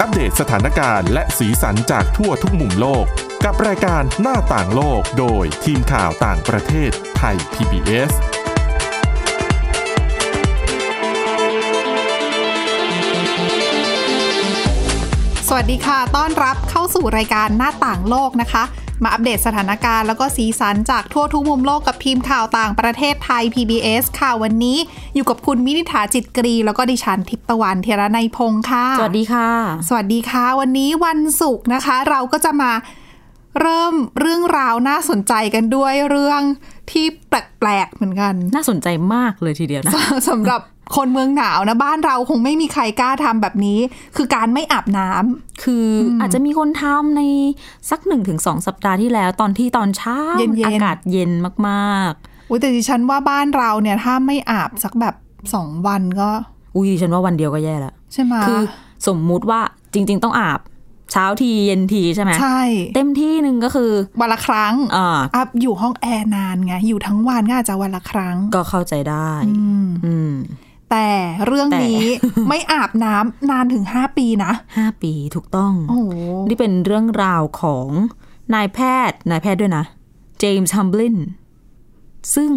อัปเดตสถานการณ์และสีสันจากทั่วทุกมุมโลก กับรายการหน้าต่างโลกโดยทีมข่าวต่างประเทศไทย PBS สวัสดีค่ะ ต้อนรับเข้าสู่รายการหน้าต่างโลกนะคะ มาอัปเดตสถานการณ์แล้วก็สีสันจากทั่วทุกมุมโลกกับทีมข่าวต่างประเทศไทย PBS ค่ะ วันนี้อยู่กับคุณมินิษฐาจิตกรี แล้วก็ดิฉันทิพย์ตะวันเทยระในยพงค์ค่ะ สวัสดีค่ะ สวัสดีค่ะ วันนี้วันศุกร์นะคะ เราก็จะมาเริ่มเรื่องราวน่าสนใจกันด้วยเรื่องที่แปลกๆเหมือน กัน น่าสนใจมากเลยทีเดียวนะ สำหรับคนเมืองหนาวนะ บ้านเราคงไม่มีใครกล้าทำแบบนี้ คือการไม่อาบน้ำ คืออาจจะมีคนทำในสักหนึ่งถึงสองสัปดาห์ที่แล้วตอนที่ตอนเช้า เย็นๆ อากาศเย็นมาก อุ้ยแต่ดิฉันว่าบ้านเราเนี่ยถ้าไม่อาบสักแบบสองวันก็ ๆ อุ้ยดิฉันว่าวันเดียวก็แย่แล้ว ใช่ไหม คือสมมุติว่าจริง ๆ ต้องอาบ เช้าทีเย็นทีใช่ไหม ใช่ เต็มที่หนึ่งก็คือ วันละครั้ง อ่า อับอยู่ห้องแอร์นานไงอยู่ทั้งวันก็อาจจะวันละครั้ง ก็เข้าใจได้ อืม แต่เรื่อง แต่ นี้ ไม่อาบน้ำนานถึงห้าปีนะ ห้าปีถูกต้อง โอ้โห นี่เป็นเรื่องราวของนายแพทย์นายแพทย์ด้วยนะ เจมส์ฮัมบลิน ซึ่ง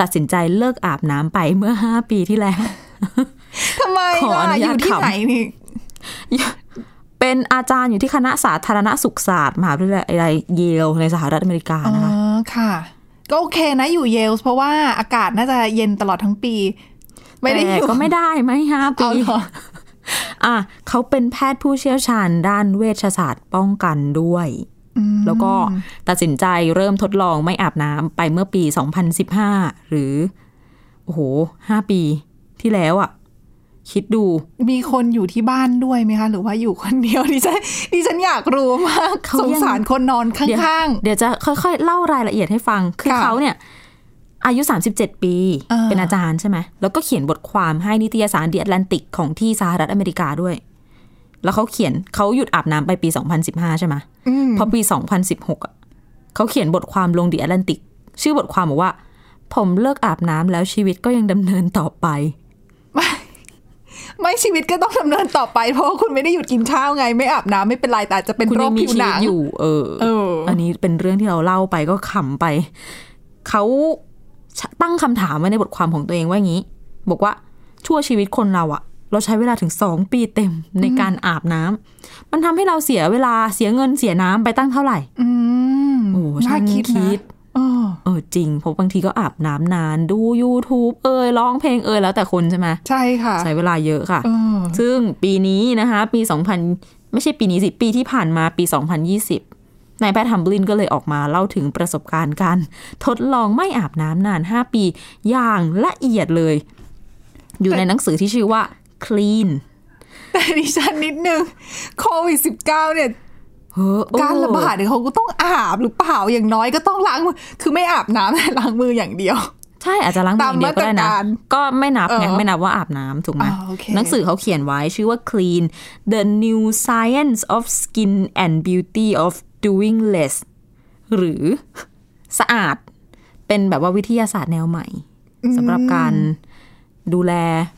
ตัดสินใจเลิกอาบน้ำไปเมื่อ 5 ปีที่แล้ว ทำไม ขออนุ ล่ะอ ญาต ยู่ที่ ขำ ไหนนี่ เป็นอาจารย์อยู่ที่คณะสาธารณสุขศาสตร์มหาวิทยาลัยเยลในสหรัฐอเมริกา อ๋อ นะคะ ค่ะ ก็โอเคนะอยู่เยลส์เพราะว่าอากาศน่าจะเย็นตลอดทั้งปี ไม่ได้อ แต่ ยู่ ก็ไม่ได้ไม่ห้าปี เอาเหรอ อ่ะเขาเป็นแพทย์ผู้เชี่ยวชาญด้านเวชศาสตร์ป้องกันด้วย อืม แล้วก็ตัดสินใจเริ่มทดลองไม่อาบน้ำไปเมื่อปี 2015 หรือ โอ้โหห้าปีที่แล้วอะ่ะ คิดดู มีคนอยู่ที่บ้านด้วยไหมคะ หรือว่าอยู่คนเดียวดิฉันดิฉันอยากรู้มาก เขา สง ยัง สารคนนอนข้าง เดี๋ยวจะค่อยๆ เล่ารายละเอียดให้ฟัง คือ ค่ะ เขาเนี่ย อายุ 37 ปี อ่า เป็นอาจารย์ใช่ไหม แล้วก็เขียนบทความให้นิตยสาร The Atlantic ของที่สหรัฐอเมริกาด้วย แล้วเขาเขียนเขาหยุดอาบน้ำไปปี 2015 ใช่ไหม ๆอืม พอปี 2016อ่ะเขาเขียนบทความลง The Atlantic ชื่อบทความบอกว่า ผมเลิกอาบน้ำแล้วชีวิตก็ยังดำเนินต่อไป ไม่ชีวิตก็ต้องดำเนินต่อไป เพราะว่าคุณไม่ได้หยุดกินข้าวไง ไม่อาบน้ำไม่เป็นไรแต่อาจจะเป็น คุณ โร ยั ค งมี ผิว ชี ห วิ นั ต ง อยู่ เออ เอออั อันนี้เป็นเรื่องที่เราเล่าไปก็ขำไป เขาตั้งคำถามไว้ในบทความของตัวเองว่าอย่างนี้ บอกว่าชั่วชีวิตคนเราอะเราใช้เวลาถึงสองปีเต็มในการอาบน้ำมันทำให้เราเสียเวลาเสียเงินเสียน้ำไปตั้งเท่าไหร่ อืม โอ้ช่างคิด นะ นะ เออ เออจริงเพราะบางทีก็อาบน้ำนานดู YouTube เอ่ยร้องเพลงเอ่ยแล้วแต่คนใช่ไหม ใช่ค่ะ ใช้เวลาเยอะค่ะ เออ ซึ่งปีนี้นะคะ ปี 2000 ไม่ใช่ปีนี้สิ ปีที่ผ่านมาปี 2020 นายแพทย์ฮัมบลินก็เลยออกมาเล่าถึงประสบการณ์การ ทดลองไม่อาบน้ำนาน 5 ปี อย่างละเอียดเลย อยู่ในหนังสือที่ชื่อว่า clean แต่ดิฉันนิดนึงโควิด19เนี่ย เฮ้อโอ้ การระบาดเนี่ยเขาก็ต้องอาบหรือเปล่าอย่างน้อยก็ต้องล้างมือคือไม่อาบน้ำแต่ล้างมืออย่างเดียว ใช่อาจจะล้างมืออย่างเดียวก็ได้ ตามมาตร นะ การ ก็ไม่นับไง เออ ไม่นับว่าอาบน้ำถูกไหม อ่าโอเค หนังสือเขาเขียนไว้ชื่อว่า Clean the New Science of Skin and Beauty of Doing Less หรือ สะอาดเป็นแบบว่าวิทยาศาสตร์แนวใหม่สำหรับการดูแล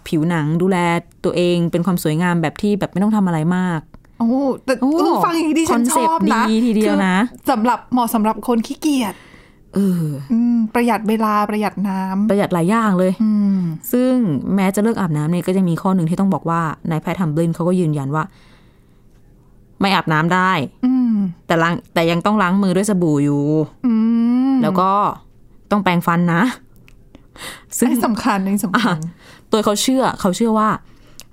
ผิวหนัง ดูแลตัวเองเป็นความสวยงามแบบที่แบบไม่ต้องทำอะไรมาก โอ้แต่ โอ้ เออฟังอย่างนี้ดิฉัน คอน ช เซ็ปต์ อบนะ ดีทีเดียวนะ คือสำหรับเหมาะสำหรับคนขี้เกียจ เออ อืม ประหยัดเวลาประหยัดน้ำ ประหยัดหลายอย่างเลย อืม ซึ่งแม้จะเลิกอาบน้ำเนี่ยก็จะมีข้อหนึ่งที่ต้องบอกว่านายแพทย์ทำบลินเขาก็ยืนยันว่า ไม่อาบน้ำได้ อืม แต่ล้างแต่ยังต้องล้างมือด้วยสบู่อยู่ อืม แล้วก็ต้องแปรงฟันนะ ซึ่ง อันนี้สำคัญอันนี้สำคัญ ตัวเขาเชื่อเขาเชื่อว่า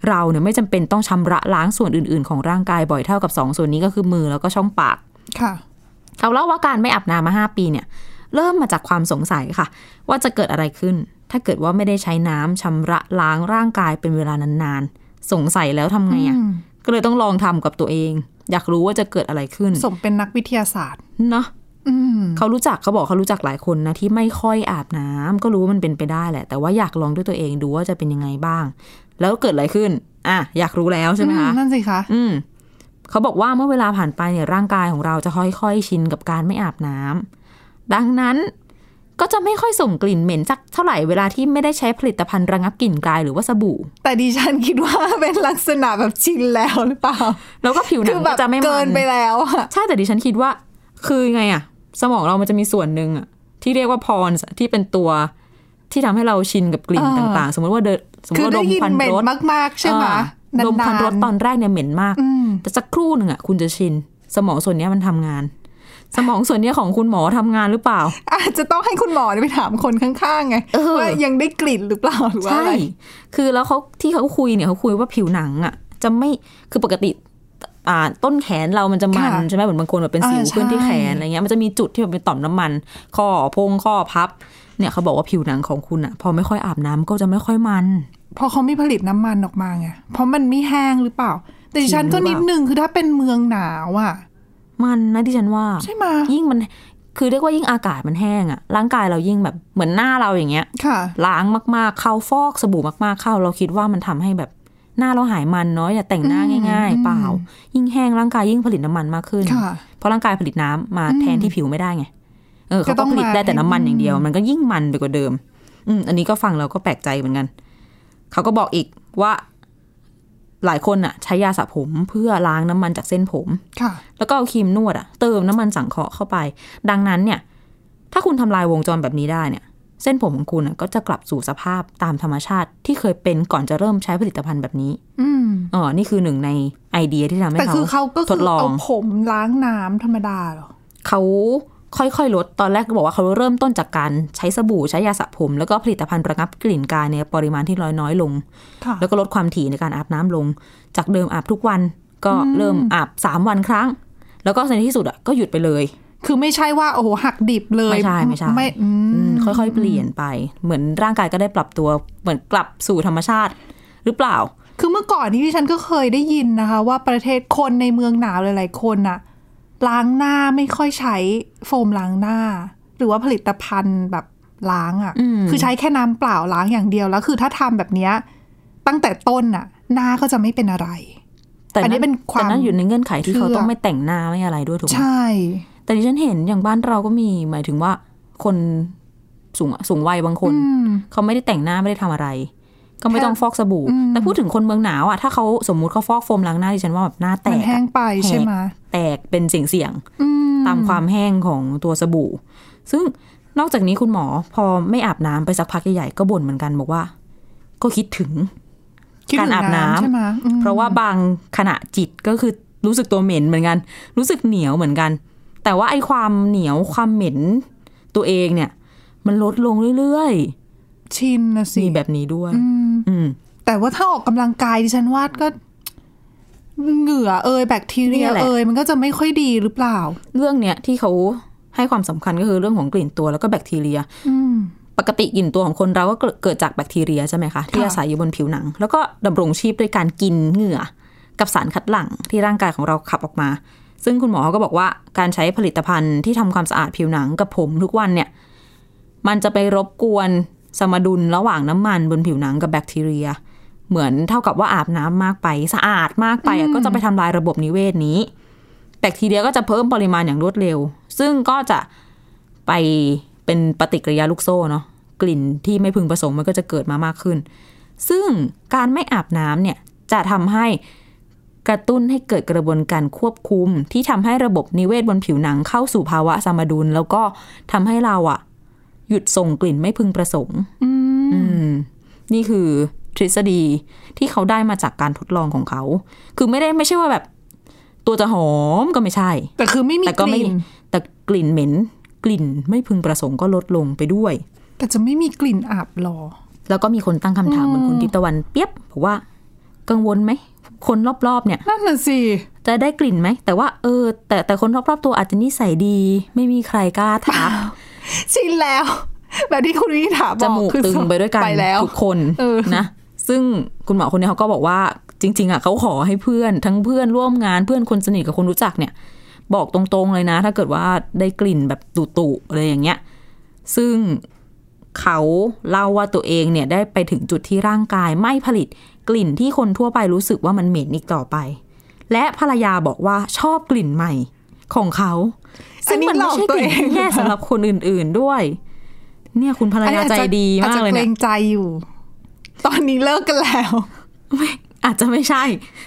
เราเนี่ยไม่จำเป็นต้องชำระล้างส่วนอื่น ๆ ของร่างกายบ่อยเท่ากับสองส่วนนี้ก็คือมือแล้วก็ช่องปาก ค่ะ เขาเล่าว่าการไม่อาบน้ำมาห้าปีเนี่ย เริ่มมาจากความสงสัยค่ะ ว่าจะเกิดอะไรขึ้น ถ้าเกิดว่าไม่ได้ใช้น้ำชำระล้างร่างกายเป็นเวลานานๆ สงสัยแล้วทำไงอะ่ะ ก็เลยต้องลองทำกับตัวเอง อยากรู้ว่าจะเกิดอะไรขึ้น สมเป็นนักวิทยาศาสตร์ เนาะ อืม เขารู้จักเขาบอกเขารู้จักหลายคนนะที่ไม่ค่อยอาบน้ำก็รู้ว่ามันเป็นไปได้แหละ แต่ว่าอยากลองด้วยตัวเองดูว่าจะเป็นยังไงบ้าง แล้วเกิดอะไรขึ้น อ่ะอยากรู้แล้วใช่ไหมคะ อืนั่นสิคะ อืมเขาบอกว่าเมื่อเวลาผ่านไปเนี่ยร่างกายของเราจะค่อยๆชินกับการไม่อาบน้ำดังนั้น ก็จะไม่ค่อยส่งกลิ่นเหม็นสักเท่าไหร่เวลาที่ไม่ได้ใช้ผลิตภัณฑ์ระงับกลิ่นกายหรือว่าสบู่ แต่ดิฉันคิดว่าเป็นลักษณะแบบชินแล้วหรือเปล่า แล้วก็ผิวหนั คือง แบ ก็ บ จะไม่มัน เกินไปแล้วอะ ใช่แต่ดิฉันคิดว่าคือไงอะสมองเรามันจะมีส่วนหนึ่งอะที่เรียกว่าพรสที่เป็นตัวที่ทำให้เราชินกับกลิ่น เออ ต่างๆ สมมติว่าเดินสมม คื ติ อ ว่าด ได้ ม ยิน ควัน เหม็น รถ มาก ๆ ใช่ไหม อ่าดมควันรถต นา อน นแรกเนี่ยเหม็นมาก ๆอืม แต่สักครู่หนึ่งอะคุณจะชิน สมองส่วนเนี้ยมันทำงาน สมองส่วนเนี้ยของคุณหมอทำงานหรือเปล่า อาจจะต้องให้คุณหมอไปถามคนข้างๆไง เออ ว่ายังได้กลิ่นหรือเปล่าหรือว่า ใช่ อะไร คือแล้วเขาที่เขาคุยเนี่ยเขาคุยว่าผิวหนังอ่ะ จะไม่ คือปกติอ่าต้นแขนเรามันจะมัน ค่ะ ใช่ไหมเหมือนบางคนแบบเป็นสิว อ่าใช่ ขึ้นที่แขนอะไรเงี้ย มันจะมีจุดที่มันเป็นต่อมน้ำมัน ข้อพงข้อพับ เนี่ยเขาบอกว่าผิวหนังของคุณอ่ะ พอไม่ค่อยอาบน้ำก็จะไม่ค่อยมัน เพอเขาไม่ผลิตน้ำมันออกมาไงเพราะมันไม่แห้งหรือเปล่า แต่ดิฉันก็ จริงหรือเปล่า นิดนึงคือถ้าเป็นเมืองหนาวอ่ะ มันนะที่ฉันว่า ใช่ไหม ยิ่งมัน คือเรียกว่ายิ่งอากาศมันแห้งอ่ะ ร่างกายเรายิ่งแบบเหมือนหน้าเราอย่างเงี้ย ค่ะ ล้างมากๆ เข้าฟอกสบู่มากๆ เข้า เราคิดว่ามันทำให้แบบหน้าเราหายมันเนาะอย่าแต่งหน้า อืม ง่าย อืม ๆ เปล่า ยิ่งแห้งร่างกายยิ่งผลิตน้ำมันมากขึ้น ค่ะ เพราะร่างกายผลิตน้ำมาแทนที่ผิวไม่ได้ไงเออเขา ก็ต้อก็ง ผลิตได้ มา แต่น้ำมัน ให้ อย่างเดียว มันก็ยิ่งมันไปกว่าเดิม อืมอันนี้ก็ฟังเราก็แปลกใจเหมือนกัน เขาก็บอกอีกว่าหลายคนอ่ะ ใช้ยาสระผมเพื่อล้างน้ำมันจากเส้นผม ค่ะ แล้วก็เอาครีมนวดอะเติมน้ำมันสังเคราะห์เข้าไป ดังนั้นเนี่ย ถ้าคุณทำลายวงจรแบบนี้ได้เนี่ย เส้นผมของคุณอะก็จะกลับสู่สภาพตามธรรมชาติที่เคยเป็นก่อนจะเริ่มใช้ผลิตภัณฑ์แบบนี้ อืม อ๋อนี่คือหนึ่งในไอเดียที่ทำให้ แต่ เขา คือเขาก็ ท คื ด อ ลอ เอา ง ผมล้างน้ำธรรมดาเหรอ เขาค่อยๆ ลด ตอนแรกก็บอกว่าเขาเริ่มต้นจากการใช้สบู่ใช้ยาสระผม แล้วก็ผลิตภัณฑ์ระงับกลิ่นกายในปริมาณที่น้อยน้อยๆลง ค่ะ แล้วก็ลดความถี่ในการอาบน้ำลง จากเดิมอาบทุกวัน ก็เริ่มอาบสามวันครั้ง แล้วก็ในที่สุดอะก็หยุดไปเลย คือไม่ใช่ว่าโอ้โหหักดิบเลย ไม่ใช่ไม่ใช่ ไม่อื อื ม มค่อยๆ เปลี่ยนไป เหมือนร่างกายก็ได้ปรับตัว เหมือนกลับสู่ธรรมชาติ หรือเปล่า คือเมื่อก่อนนี้ที่ฉันก็เคยได้ยินนะคะ ว่าประเทศคนในเมืองหนาวหลายๆคนน่ะ ล้างหน้าไม่ค่อยใช้โฟมล้างหน้า หรือว่าผลิตภัณฑ์แบบล้างอะ่ะ อืม คือใช้แค่น้ำเปล่าล้างอย่างเดียวแล้วคือถ้าทำแบบเนี้ยตั้งแต่ต้นน่ะ หน้าก็จะไม่เป็นอะไร แต่ อันนี้เป็นความ แต่นั้นอยู่ในเงื่อนไขที่ เชื่อ เขาต้องไม่แต่งหน้าไม่อะไรด้วยถูกไหม ใช่ แต่ที่ฉันเห็นอย่างบ้านเราก็มี หมายถึงว่า คนสูงสูงวัยบางคน อืม เขาไม่ได้แต่งหน้าไม่ได้ทำอะไร ก็ไม่ ค่ะ ต้องฟอกสบู่ อืม แต่พูดถึงคนเมืองหนาวอะถ้าเขาสมมุติเขาฟอกโฟมล้างหน้าดิฉันว่าแบบหน้าแต มัน ก แห้ อะ งไปใช่ไหม แตกเป็นเสี่ยง อืม ๆตามความแห้งของตัวสบู่ ซึ่งนอกจากนี้คุณหมอพอไม่อาบน้ำไปสักพักใหญ่ๆก็บ่นเหมือนกันบอกว่า ก็คิดถึง คิดถึง การอาบน้ำ ใช่ไหมอืม เพราะว่าบางขณะจิตก็คือรู้สึกตัวเหม็นเหมือนกัน รู้สึกเหนียวเหมือนกัน แต่ว่าไอ้ความเหนียวความเหม็นตัวเองเนี่ย มันลดลงเรื่อย ชินนะ ๆ สิ มีแบบนี้ด้วย อืม อืม แต่ว่าถ้าออกกำลังกายดิฉันว่าก็ เหงื่อเอยแบคทีเรีย เนี่ยแหละ เอยมันก็จะไม่ค่อยดีหรือเปล่า เรื่องเนี้ยที่เขาให้ความสำคัญก็คือเรื่องของกลิ่นตัวแล้วก็แบคทีเรีย อืม ปกติกลิ่นตัวของคนเราก็เกิดเกิดจากแบคทีเรียใช่ไหมคะ ที่อาศัยอยู่บนผิวหนัง แล้วก็ดำรงชีพด้วยการกินเหงื่อ กับสารคัดหลั่งที่ร่างกายของเราขับออกมา ซึ่งคุณหมอเขาก็บอกว่าการใช้ผลิตภัณฑ์ที่ทำความสะอาดผิวหนังกับผมทุกวันเนี่ย มันจะไปรบกวนสมดุลระหว่างน้ำมันบนผิวหนังกับแบคทีเรีย เหมือนเท่ากับว่าอาบน้ำมากไปสะอาดมากไปอะก็จะไปทำลายระบบนิเวศนี้ แบคทีเรียก็จะเพิ่มปริมาณอย่างรวดเร็ว ซึ่งก็จะไปเป็นปฏิกิริยาลูกโซ่เนาะกลิ่นที่ไม่พึงประสงค์มันก็จะเกิดมามากขึ้น ซึ่งการไม่อาบน้ำเนี่ยจะทำให้กระตุ้นให้เกิดกระบวนการควบคุม ที่ทำให้ระบบนิเวศบนผิวหนังเข้าสู่ภาวะสมดุล แล้วก็ทำให้เราอะหยุดส่งกลิ่นไม่พึงประสงค์อืมนี่คือทฤษฎีที่เขาได้มาจากการทดลองของเขา คือไม่ได้ไม่ใช่ว่าแบบ ตัวจะหอมก็ไม่ใช่ แต่คือไม่มี แต่ ก ก็ไม่ ลิ่น แต่กลิ่นเหม็น กลิ่นไม่พึงประสงค์ก็ลดลงไปด้วย แต่จะไม่มีกลิ่นอับหรอ แล้วก็มีคนตั้งคำถามเหมือนคุณทิพย์ตะวันเปียบบอกว่า กังวลไหม คนรอบๆเนี่ย นั่นน่ะสิ จะได้กลิ่นไหม แต่ว่าเออ แต่แต่คนรอบๆตัวอาจจะนิสัยดี ไม่มีใครกล้าทัก ชินแล้ว แบบที่คุณวินิถาบ จ อก มูก คือ ตึงไปด้วยกัน ไปแล้ว ทุกคน เออ นะ ซึ่งคุณหมอคนนี้เขาก็บอกว่าจริง ๆอ่ะเขาขอให้เพื่อน ทั้งเพื่อนร่วมงานเพื่อนคนสนิทกับคนรู้จักเนี่ย บอกตรงๆเลยนะ ถ้าเกิดว่าได้กลิ่นแบบตุๆอะไรอย่างเงี้ย ซึ่งเขาเล่าว่าตัวเองเนี่ยได้ไปถึงจุดที่ร่างกายไม่ผลิตกลิ่นที่คนทั่วไปรู้สึกว่ามันเหม็นอีกต่อไป และภรรยาบอกว่าชอบกลิ่นใหม่ของเขา ซึ่งมันไม่ใช่กลิ่นที่แย่สำหรับคนอื่นๆด้วย เนี่ยคุณภรรยาใจดี อจ มาก จะ เลย เกร เนี่ย งใจอยู่ ตอนนี้เลิกกันแล้ว ไม่อาจจะไม่ใช่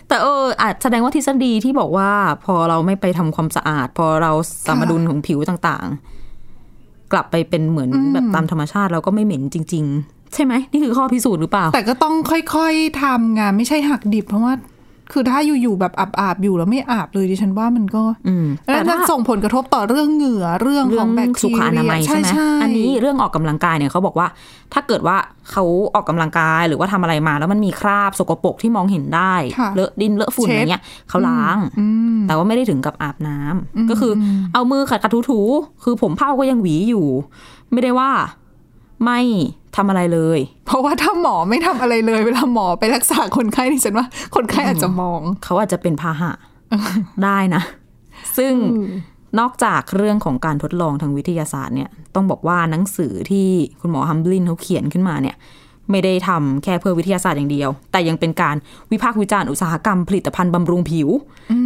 แต่เอออาจแสดงว่าทฤษฎีที่บอกว่า พอเราไม่ไปทำความสะอาด พอเราสมดุลของผิวต่างๆ กลับไปเป็นเหมือนแบบตามธรรมชาติเราก็ไม่เหม็นจริง ๆ ใช่ไหมนี่คือข้อพิสูจน์หรือเปล่า แต่ก็ต้องค่อยๆทำไงไม่ใช่หักดิบเพราะว่า คือถ้าอยู่ๆแบบอาบๆอยู่แล้วไม่อาบเลยดิฉันว่ามันก็ อืมแต่ แล้ว ถ้า มันส่งผลกระทบต่อเรื่องเหงื่อเรื่องของแบคที สุขอ เรี นามัยใช่ไหม ใช่ อันนี้เรื่องออกกำลังกายเนี่ยเขาบอกว่า ถ้าเกิดว่าเขาออกกำลังกายหรือว่าทำอะไรมา แล้วมันมีคราบสกปรกที่มองเห็นได้ เลอะดินเลอะฝุ่นอะไรเงี้ยเขาล้าง อืม แต่ว่าไม่ได้ถึงกับอาบน้ำก็คืออเอามือขัดขัดถูๆคือผมเผ้าก็ยังหวีอยู่ ไม่ได้ว่าไม่ทำอะไรเลย เพราะว่าถ้าหมอไม่ทำอะไรเลย เวลาหมอไปรักษาคนไข้ดิฉันว่า คนไข้อาจจะมอง เขาอาจจะเป็นพาหะได้นะ ซึ่งนอกจากเรื่องของการทดลองทางวิทยาศาสตร์เนี่ย ต้องบอกว่าหนังสือที่คุณหมอฮัมบลินเขาเขียนขึ้นมาเนี่ย ไม่ได้ทำแค่เพื่อวิทยาศาสตร์อย่างเดียว แต่ยังเป็นการวิพากษ์วิจารณ์อุตสาหกรรมผลิตภัณฑ์บำรุงผิว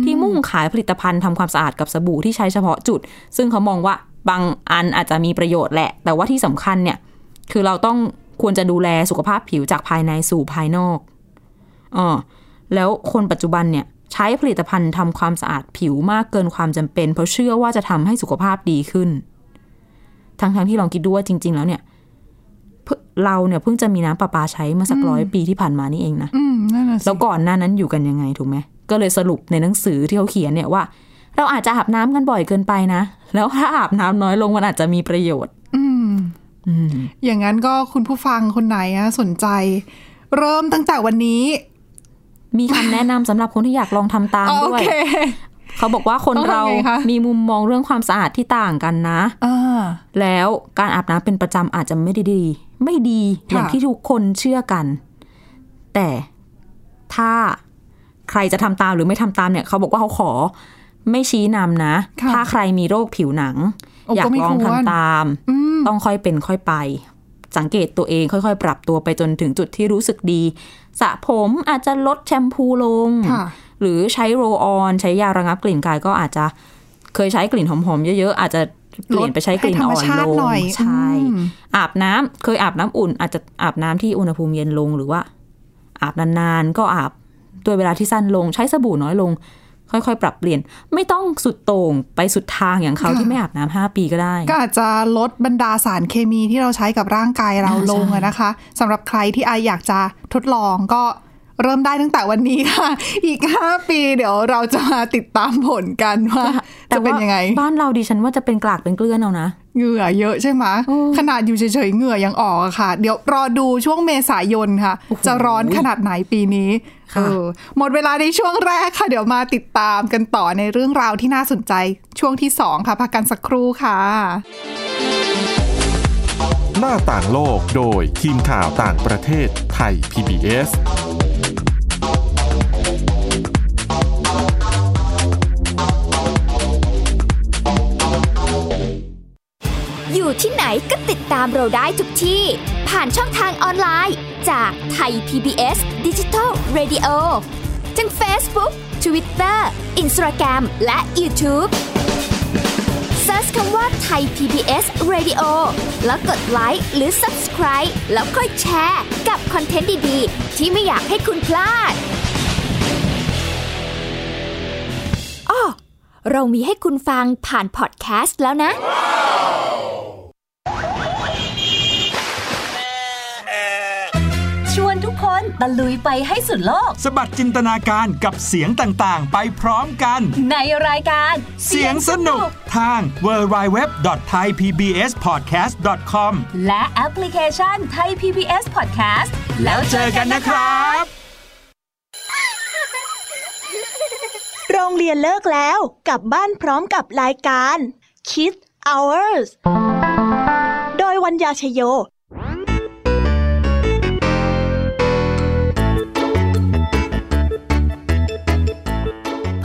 ที่มุ่งขายผลิตภัณฑ์ทำความสะอาดกับสบู่ที่ใช้เฉพาะจุด ซึ่งเขามองว่าบางอันอาจจะมีประโยชน์แหละ แต่ว่าที่สำคัญเนี่ย คือเราต้องควรจะดูแลสุขภาพผิวจากภายในสู่ภายนอกอ๋อ แล้วคนปัจจุบันเนี่ยใช้ผลิตภัณฑ์ทำความสะอาดผิวมากเกินความจำเป็น เพราะเชื่อว่าจะทำให้สุขภาพดีขึ้น ทั้งๆที่ลองคิดดูว่าจริง ๆ แล้วเนี่ยเพิ่งเราเนี่ยเพิ่งจะมีน้ำประปาใช้มาสักร้อยปีที่ผ่านมานี่เองนะ อืมนั่นน่ะสิ แล้วก่อนหน้านั้นอยู่กันยังไงถูกไหม ก็เลยสรุปในหนังสือที่เขาเขียนเนี่ยว่า เราอาจจะอาบน้ำกันบ่อยเกินไปนะ แล้วถ้าอาบน้ำน้อยลงมันอาจจะมีประโยชน์ อืม อืม อย่างนั้นก็คุณผู้ฟังคนไหนอะสนใจ เริ่มตั้งแต่วันนี้ มีคำแนะนำสำหรับคนที่อยากลองทำตา มโอ ด้วย เค เขาบอกว่าคน ต้องทำ เรา ไงคะ มีมุมมองเรื่องความสะอาดที่ต่างกันนะ อ่า แล้วการอาบน้ำเป็นประจำอาจจะไม่ได้ดี ไม่ดี ค่ะ อย่างที่ทุกคนเชื่อกัน แต่ถ้าใครจะทำตามหรือไม่ทำตามเนี่ยเขาบอกว่าเขาขอไม่ชี้นำนะ ค่ะ ถ้าใครมีโรคผิวหนัง โอ้ อยา ก็ ก ไม่ ลอง ควร ทำตาม อืม ต้องค่อยเป็นค่อยไป สังเกตตัวเองค่อยๆ ปรับตัวไปจนถึงจุดที่รู้สึกดีสระผมอาจจะลดแชมพูลง ค่ะ หรือใช้โรลออน ใช้ยาระงับกลิ่นกายก็อาจจะเคยใช้กลิ่นหอมๆเยอะๆ อาจจะเปลี่ยนไปใช้กลิ่น ให้ธรร อ่ ม อน ชา ล ติ ง หน่อย ใช่ อืม อาบน้ำเคยอาบน้ำอุ่น อาจจะอาบน้ำที่อุณหภูมิเย็นลงหรือว่า อาบนานๆ ก็อาบด้วยเวลาที่สั้นลง ใช้สบู่น้อยลง ค่อยๆ ปรับเปลี่ยน ไม่ต้องสุดโต่งไปสุดทางอย่างเขา ค่ะ ที่ไม่อาบน้ำห้าปีก็ได้ ก็อาจจะลดบรรดาสารเคมีที่เราใช้กับร่างกายเรา อ่า ลง ใช่ อะนะคะสำหรับใครที่อาอยากจะทดลองก็เริ่มได้ตั้งแต่วันนี้ค่ะ อีก 5 ปีเดี๋ยวเราจะมาติดตามผลกันว่าจะเป็นยังไง แต่ว่าบ้านเราดิฉันว่าจะเป็นกลากเป็นเกลือนเอานะ เหงื่อเยอะใช่ไหมขนาดอยู่เฉยๆเหงื่อยังออกอะค่ะ เดี๋ยวรอดูช่วงเมษายนค่ะ จะร้อนขนาดไหนปีนี้ ค่ะ เออหมดเวลาในช่วงแรกค่ะ เดี๋ยวมาติดตามกันต่อในเรื่องราวที่น่าสนใจช่วงที่สองค่ะพักกันสักครู่ค่ะ หน้าต่างโลกโดยทีมข่าวต่างประเทศไทย PBS อยู่ที่ไหนก็ติดตามเราได้ทุกที่ ผ่านช่องทางออนไลน์ จากไทย PBS Digital Radio ทั้ง Facebook Twitter Instagram และ YouTube Search คำว่าไทย PBS Radio แล้วกดไลค์หรือ Subscribe แล้วค่อยแชร์กับคอนเทนต์ดี ๆ ที่ไม่อยากให้คุณพลาดอ้อเรามีให้คุณฟังผ่านพอดแคสต์แล้วนะ ชวนทุกคนตะลุยไปให้สุดโลก สะบัดจินตนาการกับเสียงต่างๆ ไปพร้อมกัน ในรายการ เสียงสนุกทาง w w w t h a i p b s p o d c a s t c o m และแอปพลิเคชันไทย PBS Podcast แล้วเจอกันนะครับ โรงเรียนเลิกแล้วกลับบ้านพร้อมกับรายการ Kids Hours โดยวัญญาชยโย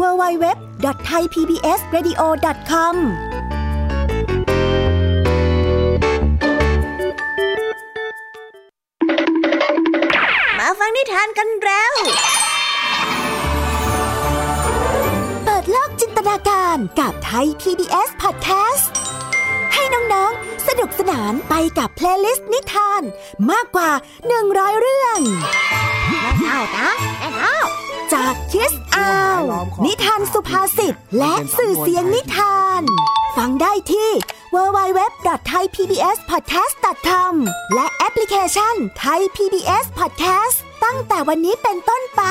www.thaipbsradio.com มาฟังนิทานกันแล้ว เปิดโลกจินตนาการกับไทย PBS Podcast ให้น้องๆ สนุกสนานไปกับเพลย์ลิสต์นิทาน มากกว่า 100 เรื่องเอานะเอาจากคิสอาวนิทานสุภาษิตและสื่อเสียงนิทาน ฟังได้ที่ www.thaipbspodcast.com และแอปพลิเคชัน Thai PBS Podcast ตั้งแต่วันนี้เป็นต้นไป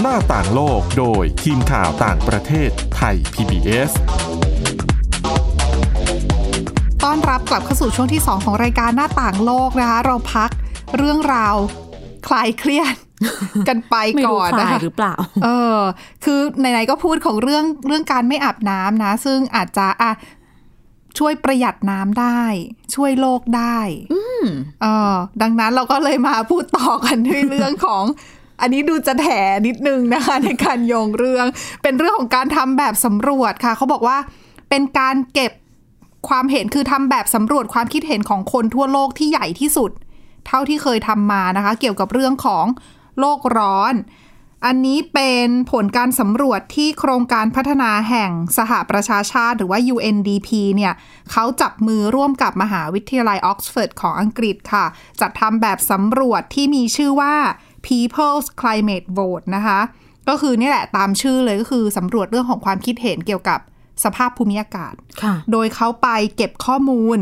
หน้าต่างโลกโดยทีมข่าวต่างประเทศไทย PBS ต้อนรับกลับเข้าสู่ช่วงที่ 2 ของรายการหน้าต่างโลกนะคะ เราพักเรื่องราวคลายเครียด กันไป ไม่ ก่ รู้ อน คลา นะ ย คะ หรือเปล่า เออ คือไหนๆก็พูดของเรื่องเรื่องการไม่อาบน้ำนะ ซึ่งอาจจะอ่ะช่วยประหยัดน้ำได้ ช่วยโลกได้เออดังนั้นเราก็เลยมาพูดต่อกันด้วยเรื่องของ อันนี้ดูจะแถนิดนึงนะคะ ในการโยงเรื่อง เป็นเรื่องของการทำแบบสำรวจค่ะ เขาบอกว่าเป็นการเก็บความเห็นคือทำแบบสำรวจความคิดเห็นของคนทั่วโลกที่ใหญ่ที่สุด เท่าที่เคยทำมานะคะ เกี่ยวกับเรื่องของโลกร้อน อันนี้เป็นผลการสำรวจที่โครงการพัฒนาแห่งสหประชาชาติหรือว่า UNDP เนี่ยเขาจับมือร่วมกับมหาวิทยาลัยออกซฟอร์ดของอังกฤษค่ะ จัดทำแบบสำรวจที่มีชื่อว่า People's Climate Vote นะคะ ก็คือนี่แหละตามชื่อเลยก็คือสำรวจเรื่องของความคิดเห็นเกี่ยวกับสภาพภูมิอากาศ ค่ะ โดยเขาไปเก็บข้อมูล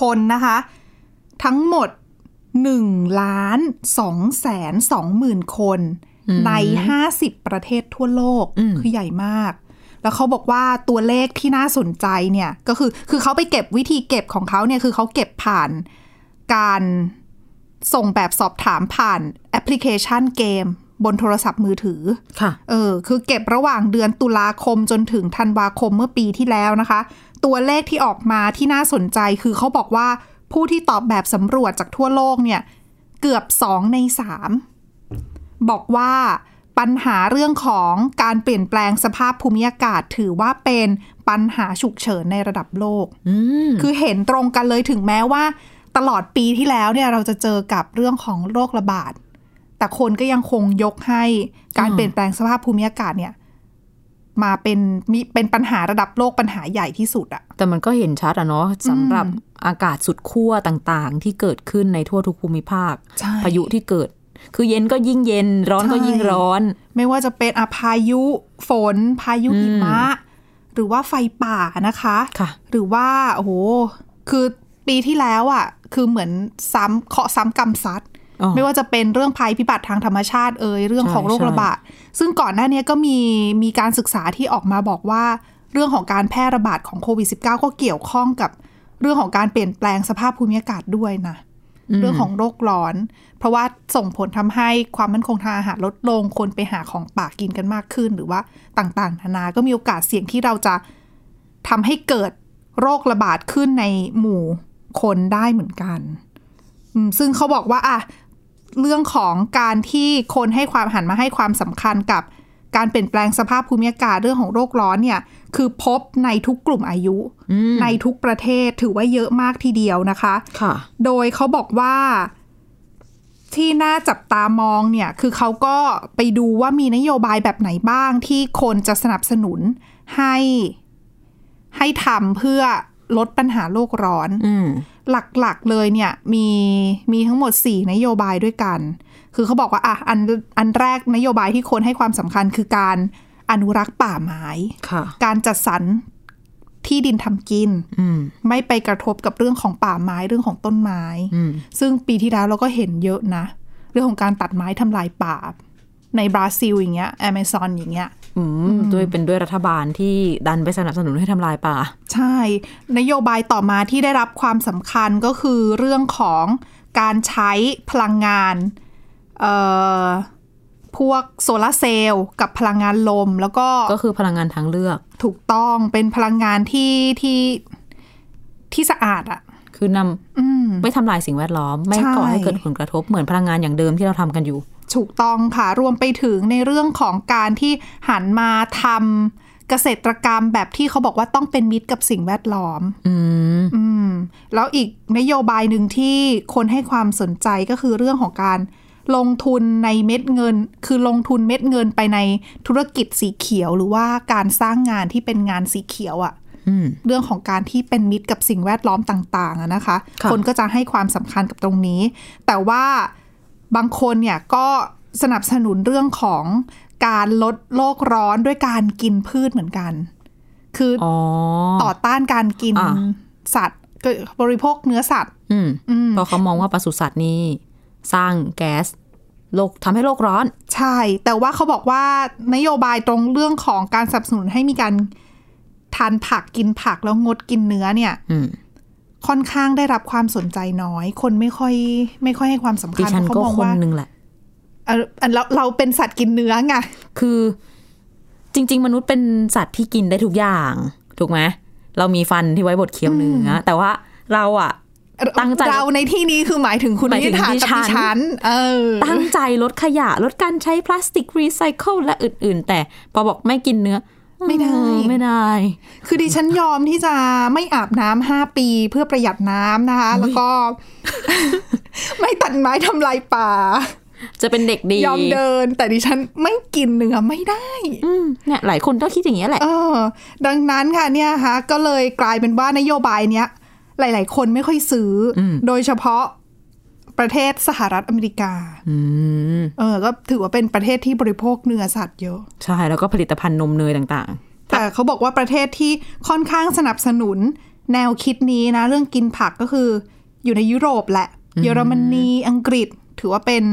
คนนะคะ ทั้งหมด1ล้าน2แสน2หมื่นคน ใน 50 ประเทศทั่วโลก อืม คือใหญ่มาก แล้วเขาบอกว่าตัวเลขที่น่าสนใจเนี่ย ก็คือคือเขาไปเก็บวิธีเก็บของเขาเนี่ย คือเขาเก็บผ่านการส่งแบบสอบถามผ่านแอปพลิเคชันเกม บนโทรศัพท์มือถือ ค่ะ เออ คือเก็บระหว่างเดือนตุลาคมจนถึงธันวาคมเมื่อปีที่แล้วนะคะ ตัวเลขที่ออกมาที่น่าสนใจคือเขาบอกว่าผู้ที่ตอบแบบสำรวจจากทั่วโลกเนี่ย เกือบ 2 ใน 3 บอกว่าปัญหาเรื่องของการเปลี่ยนแปลงสภาพภูมิอากาศถือว่าเป็นปัญหาฉุกเฉินในระดับโลก อืม คือเห็นตรงกันเลยถึงแม้ว่า ตลอดปีที่แล้วเนี่ยเราจะเจอกับเรื่องของโรคระบาด แต่คนก็ยังคงยกให้การ อืม เปลี่ยนแปลงสภาพภูมิอากาศเนี่ย มาเป็นมีเป็นปัญหาระดับโลกปัญหาใหญ่ที่สุดอะ แต่มันก็เห็นชัดอะเนาะสำหรับอากาศสุดขั้วต่างๆ ที่เกิดขึ้นในทั่วทุกภูมิภาค ใช่ พายุที่เกิด คือเย็นก็ยิ่งเย็น ร้อนก็ ใช่ ยิ่งร้อน ไม่ว่าจะเป็นอะพายุฝน พายุหิมะ หรือว่าไฟป่านะคะ ค่ะ หรือว่าโอ้โหคือปีที่แล้วอะ่ะ คือเหมือนซ้ำเคาะซ้ำกรรมซัด อ๋อ ไม่ว่าจะเป็นเรื่องภัยพิบัติทางธรรมชาติเอ่ยเรื่องของ ใช่ โรค ใช่ ระบาดซึ่งก่อนหน้านี้ก็มีมีการศึกษาที่ออกมาบอกว่า เรื่องของการแพร่ระบาดของโควิด -19 ก็เกี่ยวข้องกับเรื่องของการเปลี่ยนแปลงสภาพภูมิอากาศด้วยนะ เรื่องของโรคร้อน เพราะว่าส่งผลทำให้ความมั่นคงทางอาหารลดลง คนไปหาของป่ากินกันมากขึ้น หรือว่าต่างๆ นานา ก็มีโอกาสเสี่ยงที่เราจะทำให้เกิดโรคระบาดขึ้นในหมู่คนได้เหมือนกันอืมซึ่งเขาบอกว่าอะเรื่องของการที่คนให้ความหันมาให้ความสำคัญกับการเปลี่ยนแปลงสภาพภูมิอากาศเรื่องของโรคร้อนเนี่ย คือพบในทุกกลุ่มอายุ ในทุกประเทศถือว่าเยอะมากทีเดียวนะคะ ค่ะ โดยเขาบอกว่าที่น่าจับตามองเนี่ย คือเขาก็ไปดูว่ามีนโยบายแบบไหนบ้างที่คนจะสนับสนุนให้ให้ทำเพื่อลดปัญหาโลกร้อน อืม หลักๆเลยเนี่ยมีมีทั้งหมด 4 นโยบายด้วยกัน คือเขาบอกว่าอ่ะอันอันแรกนโยบายที่คนให้ความสำคัญคือการอนุรักษ์ป่าไม้ ค่ะ การจัดสรร ที่ดินทำกิน อืม ไม่ไปกระทบกับเรื่องของป่าไม้เรื่องของต้นไม้ อืม ซึ่งปีที่แล้วเราก็เห็นเยอะนะ เรื่องของการตัดไม้ทำลายป่า ในบราซิลอย่างเงี้ยแอมซอนอย่างเงี้ย อืมด้วยเป็นด้วยรัฐบาลที่ดันไปสนับสนุนให้ทำลายป่า ใช่ นโยบายต่อมาที่ได้รับความสำคัญก็คือเรื่องของการใช้พลังงานเอ่อพวกโซลาร์เซลล์กับพลังงานลม แล้วก็ ก็คือพลังงานทางเลือก ถูกต้องเป็นพลังงานที่ที่ที่สะอาดอะ่ะ คือนำ อืม ไม่ทำลายสิ่งแวดล้อม ไม่ ใช่ ก่อให้เกิดผลกระทบเหมือนพลังงานอย่างเดิมที่เราทำกันอยู่ ถูกต้องค่ะ รวมไปถึงในเรื่องของการที่หันมาทำเกษตรกรรมแบบที่เขาบอกว่าต้องเป็นมิตรกับสิ่งแวดล้อม อืม อืม แล้วอีกนโยบายหนึ่งที่คนให้ความสนใจก็คือเรื่องของการลงทุนในเม็ดเงิน คือลงทุนเม็ดเงินไปในธุรกิจสีเขียว หรือว่าการสร้างงานที่เป็นงานสีเขียวอะ่ะ อืม เรื่องของการที่เป็นมิตรกับสิ่งแวดล้อมต่างๆอะนะคะ ค่ะ นก็จะให้ความสำคัญกับตรงนี้ แต่ว่าบางคนเนี่ยก็สนับสนุนเรื่องของการลดโลกร้อนด้วยการกินพืชเหมือนกัน คือ อ๋อ ต่อต้านการกิน อ่า สัตว์ก็บริโภคเนื้อสัตว์ อืม อืม เพราะเขามองว่าปศุสัตว์นี่สร้างแก๊สโลกทำให้โลกร้อน ใช่ แต่ว่าเขาบอกว่านโยบายตรงเรื่องของการสนับสนุนให้มีการทานผักกินผักแล้วงดกินเนื้อเนี่ย อืม ค่อนข้างได้รับความสนใจน้อย คนไม่ค่อยไม่ค่อยให้ความสำ ดิ คัญ ฉัน เขา ก็ มอง คน ว่า หนึ่งแหละ เอ่ออันเราเราเป็นสัตว์กินเนื้อไง คือจริง ๆ มนุษย์เป็นสัตว์ที่กินได้ทุกอย่าง ถูกไหมเรามีฟันที่ไว้บดเคี้ยวเนื้ออแต่ว่าเราอะ ตั้งใจ เราในที่นี้คือหมายถึงคุณ หมายถึง นิธ ดิ กับ ฉั ดิ น ฉันเออ ตั้งใจลดขยะ ลดการใช้พลาสติกรีไซเคิลและอื่น ๆ แต่พอบอกไม่กินเนื้อ ไม่ได้ อืไม่ได้ คือดิฉันยอมที่จะไม่อาบน้ำห้าปีเพื่อประหยัดน้ำนะคะ แล้วก็ ไม่ตัดไม้ทำลายป่า จะเป็นเด็กดี ยอมเดิน แต่ดิฉันไม่กินเนื้อไม่ได้ อืมเนี่ยหลายคนก็คิดอย่างนี้ยแหละ เออ ดังนั้นค่ะเนี่ยค่ะก็เลยกลายเป็นว่านโยบายเนี้ย หลาย ๆ คนไม่ค่อยซื้ออ ม โดยเฉพาะประเทศสหรัฐอเมริกา อืม เออ ก็ถือว่าเป็นประเทศที่บริโภคเนื้อสัตว์เยอะ ใช่แล้วก็ผลิตภัณฑ์นมเนยต่าง แต่เขาบอกว่าประเทศที่ค่อนข้างสนับสนุนแนวคิดนี้นะ เรื่องกินผักก็คืออยู่ในยุโรปแหละ เยอรมนีอังกฤษถือว่าเป็น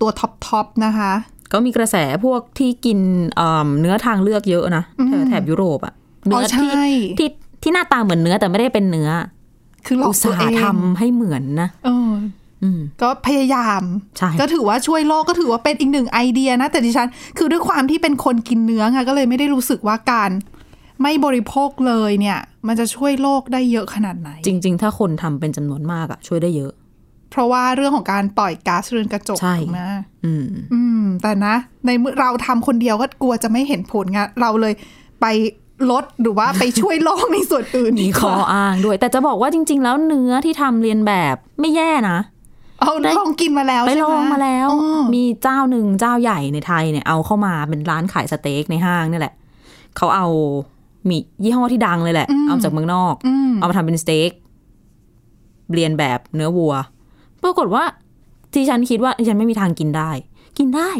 ตัวท็อปทอปนะคะ ๆ ก็มีกระแสพวกที่กินเอ่อเนื้อทางเลือกเยอะนะแถบแถบยุโรปอะเนื้อ ใช่ ที่ที่ที่หน้าตาเหมือนเนื้อแต่ไม่ได้เป็นเนื้อ คือหลอ อุ ก ต ตั สาว เอ หะ ง ทำให้เหมือนนะ เออ อืม ก็พยายาม ใช่ ก็ถือว่าช่วยโลกก็ถือว่าเป็นอีกหนึ่งไอเดียนะ แต่ดิฉัน คือด้วยความที่เป็นคนกินเนื้อไงก็เลยไม่ได้รู้สึกว่าการไม่บริโภคเลยเนี่ย มันจะช่วยโลกได้เยอะขนาดไหน จริง ๆ ถ้าคนทำเป็นจำนวนมากอะช่วยได้เยอะ เพราะว่าเรื่องของการปล่อยก๊าซเรือนกระจก ใช่ ถูกไหม อืม อืม แต่นะ ในเมื่อเราทำคนเดียวก็กลัวจะไม่เห็นผลไงเราเลยไปลดหรือว่าไปช่วยโลกในส่วนอื่น มี ดี ค ก อ ว่า อ้างด้วย แต่จะบอกว่าจริง ๆ แล้วเนื้อที่ทำเรียนแบบไม่แย่นะ เอา ได้ ลองกินมาแล้ว ไป ใช่ห ลองมาแล้ว อ๋อ มีเจ้าหนึ่งเจ้าใหญ่ในไทยเนี่ยเอาเข้ามาเป็นร้านขายสเต็กในห้างนี่แหละ เขาเอามียี่ห้อที่ดังเลยแหละ เอาจากเมืองนอก อืม เอามาทำเป็นสเต็กเรียนแบบเนื้อวัว ปรากฏว่าที่ฉันคิดว่าดิฉันไม่มีทางกินได้ กินได้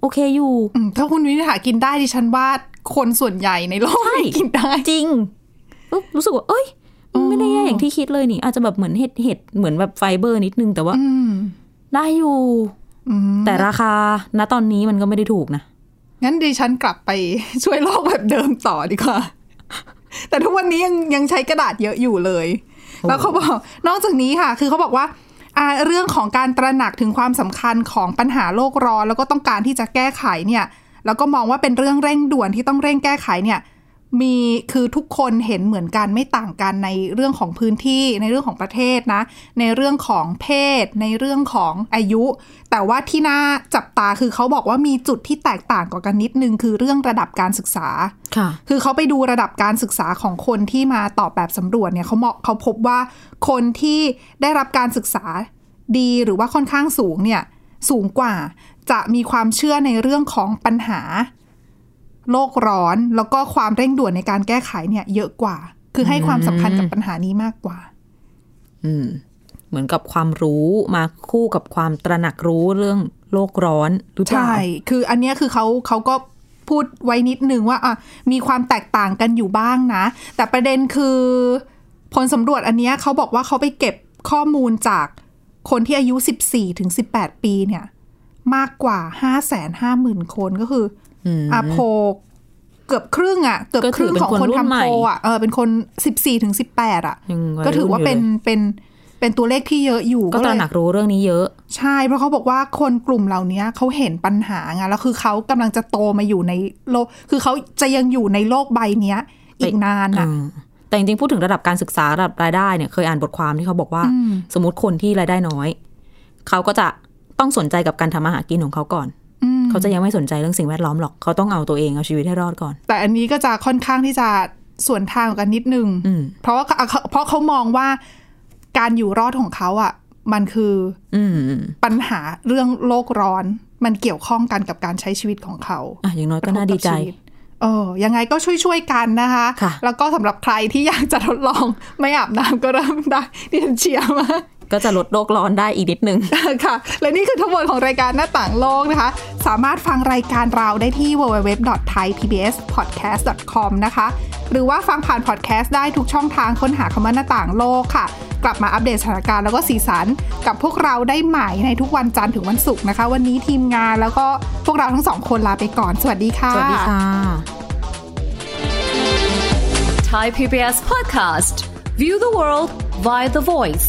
โอเคอยู่ อืมถ้าคุณวินิหากินได้ดิฉันว่าคนส่วนใหญ่ในโลก ใช่ ไม่กินได้ จริงปุ๊บรู้สึกว่า เอ้ยมันไม่ได้แย่อย่างที่คิดเลยนี่ อาจจะแบบเหมือนเห็ดเห็ดเหมือนแบบไฟเบอร์นิดนึง แต่ว่า อืม ได้อยู่ อืม แต่ราคาณตอนนี้มันก็ไม่ได้ถูกนะ งั้นดิฉันกลับไป ช่วยโลกแบบเดิมต่อดีกว่า แต่ทุกวันนี้ยังยังใช้กระดาษเยอะอยู่เลย แล้วเขาบอก นอกจากนี้ค่ะ คือเขาบอกว่าอ่า เรื่องของการตระหนักถึงความสำคัญของปัญหาโลกร้อน แล้วก็ต้องการที่จะแก้ไขเนี่ย แล้วก็มองว่าเป็นเรื่องเร่งด่วนที่ต้องเร่งแก้ไขเนี่ย มีคือทุกคนเห็นเหมือนกันไม่ต่างกันในเรื่องของพื้นที่ในเรื่องของประเทศนะ ในเรื่องของเพศ ในเรื่องของอายุ แต่ว่าที่น่าจับตาคือเขาบอกว่ามีจุดที่แตกต่างกว่ากันนิดนึงคือเรื่องระดับการศึกษา ค่ะ คือเขาไปดูระดับการศึกษาของคนที่มาตอบแบบสำรวจเนี่ยเขาเหมาะเขาพบว่าคนที่ได้รับการศึกษาดีหรือว่าค่อนข้างสูงเนี่ยสูงกว่าจะมีความเชื่อในเรื่องของปัญหา โลกร้อนแล้วก็ความเร่งด่วนในการแก้ไขเนี่ยเยอะกว่า คือให้ความสำคัญกับปัญหานี้มากกว่า อืม เหมือนกับความรู้มาคู่กับความตระหนักรู้เรื่องโลกร้อนหรือเปล่า ใช่ คืออันเนี้ยคือเขาเขาก็ พูดไว้นิดนึงว่าอ่ะมีความแตกต่างกันอยู่บ้างนะ แต่ประเด็นคือ ผลสำรวจอันเนี้ยเขาบอกว่าเขาไปเก็บข้อมูลจากคนที่อายุ 14ถึง18 ปีเนี่ย มากกว่า 550,000 คนก็คือออ่ะโพลเกือบครึ่งอ่ะ เกือบ ก็ ค ถื รึ่ อง เป็น ของคคนน รุ่นใหม่ ทำโพลอ่ะเออเป็นคน 14ถึง18 อ่ะ ยังวัย ก็ถือว่า รุ่นอยู่ เป็น เลย เป็นเป็นตัวเลขที่เยอะอยู่ ก็ต เล ระ ย หนักรู้เรื่องนี้เยอะ ใช่ เพราะเขาบอกว่าคนกลุ่มเหล่านี้เขาเห็นปัญหาไงแล้วคือเขากำลังจะโตมาอยู่ในโลก คือเขาจะยังอยู่ในโลกใบเนี้ย อีกนานอ่ะ อืมแต่จริงๆ พูดถึงระดับการศึกษาระดับรายได้เนี่ยเคยอ่านบทความที่เขาบอกว่า อืม สมมติคนที่รายได้น้อย เขาก็จะต้องสนใจกับการทำมาหากินของเขาก่อน อืม เขาจะยังไม่สนใจเรื่องสิ่งแวดล้อมหรอกเขาต้องเอาตัวเองเอาชีวิตให้รอดก่อน แต่อันนี้ก็จะค่อนข้างที่จะส่วนทางกันนิดนึง อืม เพราะว่าเขาเพราะเขามองว่าการอยู่รอดของเขาอ่ะ มันคือ อืมอืม ปัญหาเรื่องโลกร้อน มันเกี่ยวข้องกันกับการใช้ชีวิตของเขา อ่ะอย่างน้อยก็น่าดีใจ กระทบกับชีวิตเออ ยังไงก็ช่วย ๆ กันนะคะ ค่ะ แล้วก็สำหรับใครที่อยากจะทดลอง ไม่อาบน้ำก็เริ่มได้ดิฉันเชียร์มาก ก็จะลดโลกร้อนได้อีกนิดนึง ค่ะ และนี่คือทั้งหมดของรายการหน้าต่างโลกนะคะ สามารถฟังรายการเราได้ที่ www.thaipbspodcast.com นะคะ หรือว่าฟังผ่านพอดแคสต์ได้ทุกช่องทางค้นหาคำว่าหน้าต่างโลกค่ะ กลับมาอัปเดตสถานการณ์แล้วก็สีสัน กับพวกเราได้ใหม่ในทุกวันจันทร์ถึงวันศุกร์นะคะ วันนี้ทีมงานแล้วก็พวกเราทั้งสองคนลาไปก่อน สวัสดีค่ะ สวัสดีค่ะ Thai PBS podcast. View the world via the voice.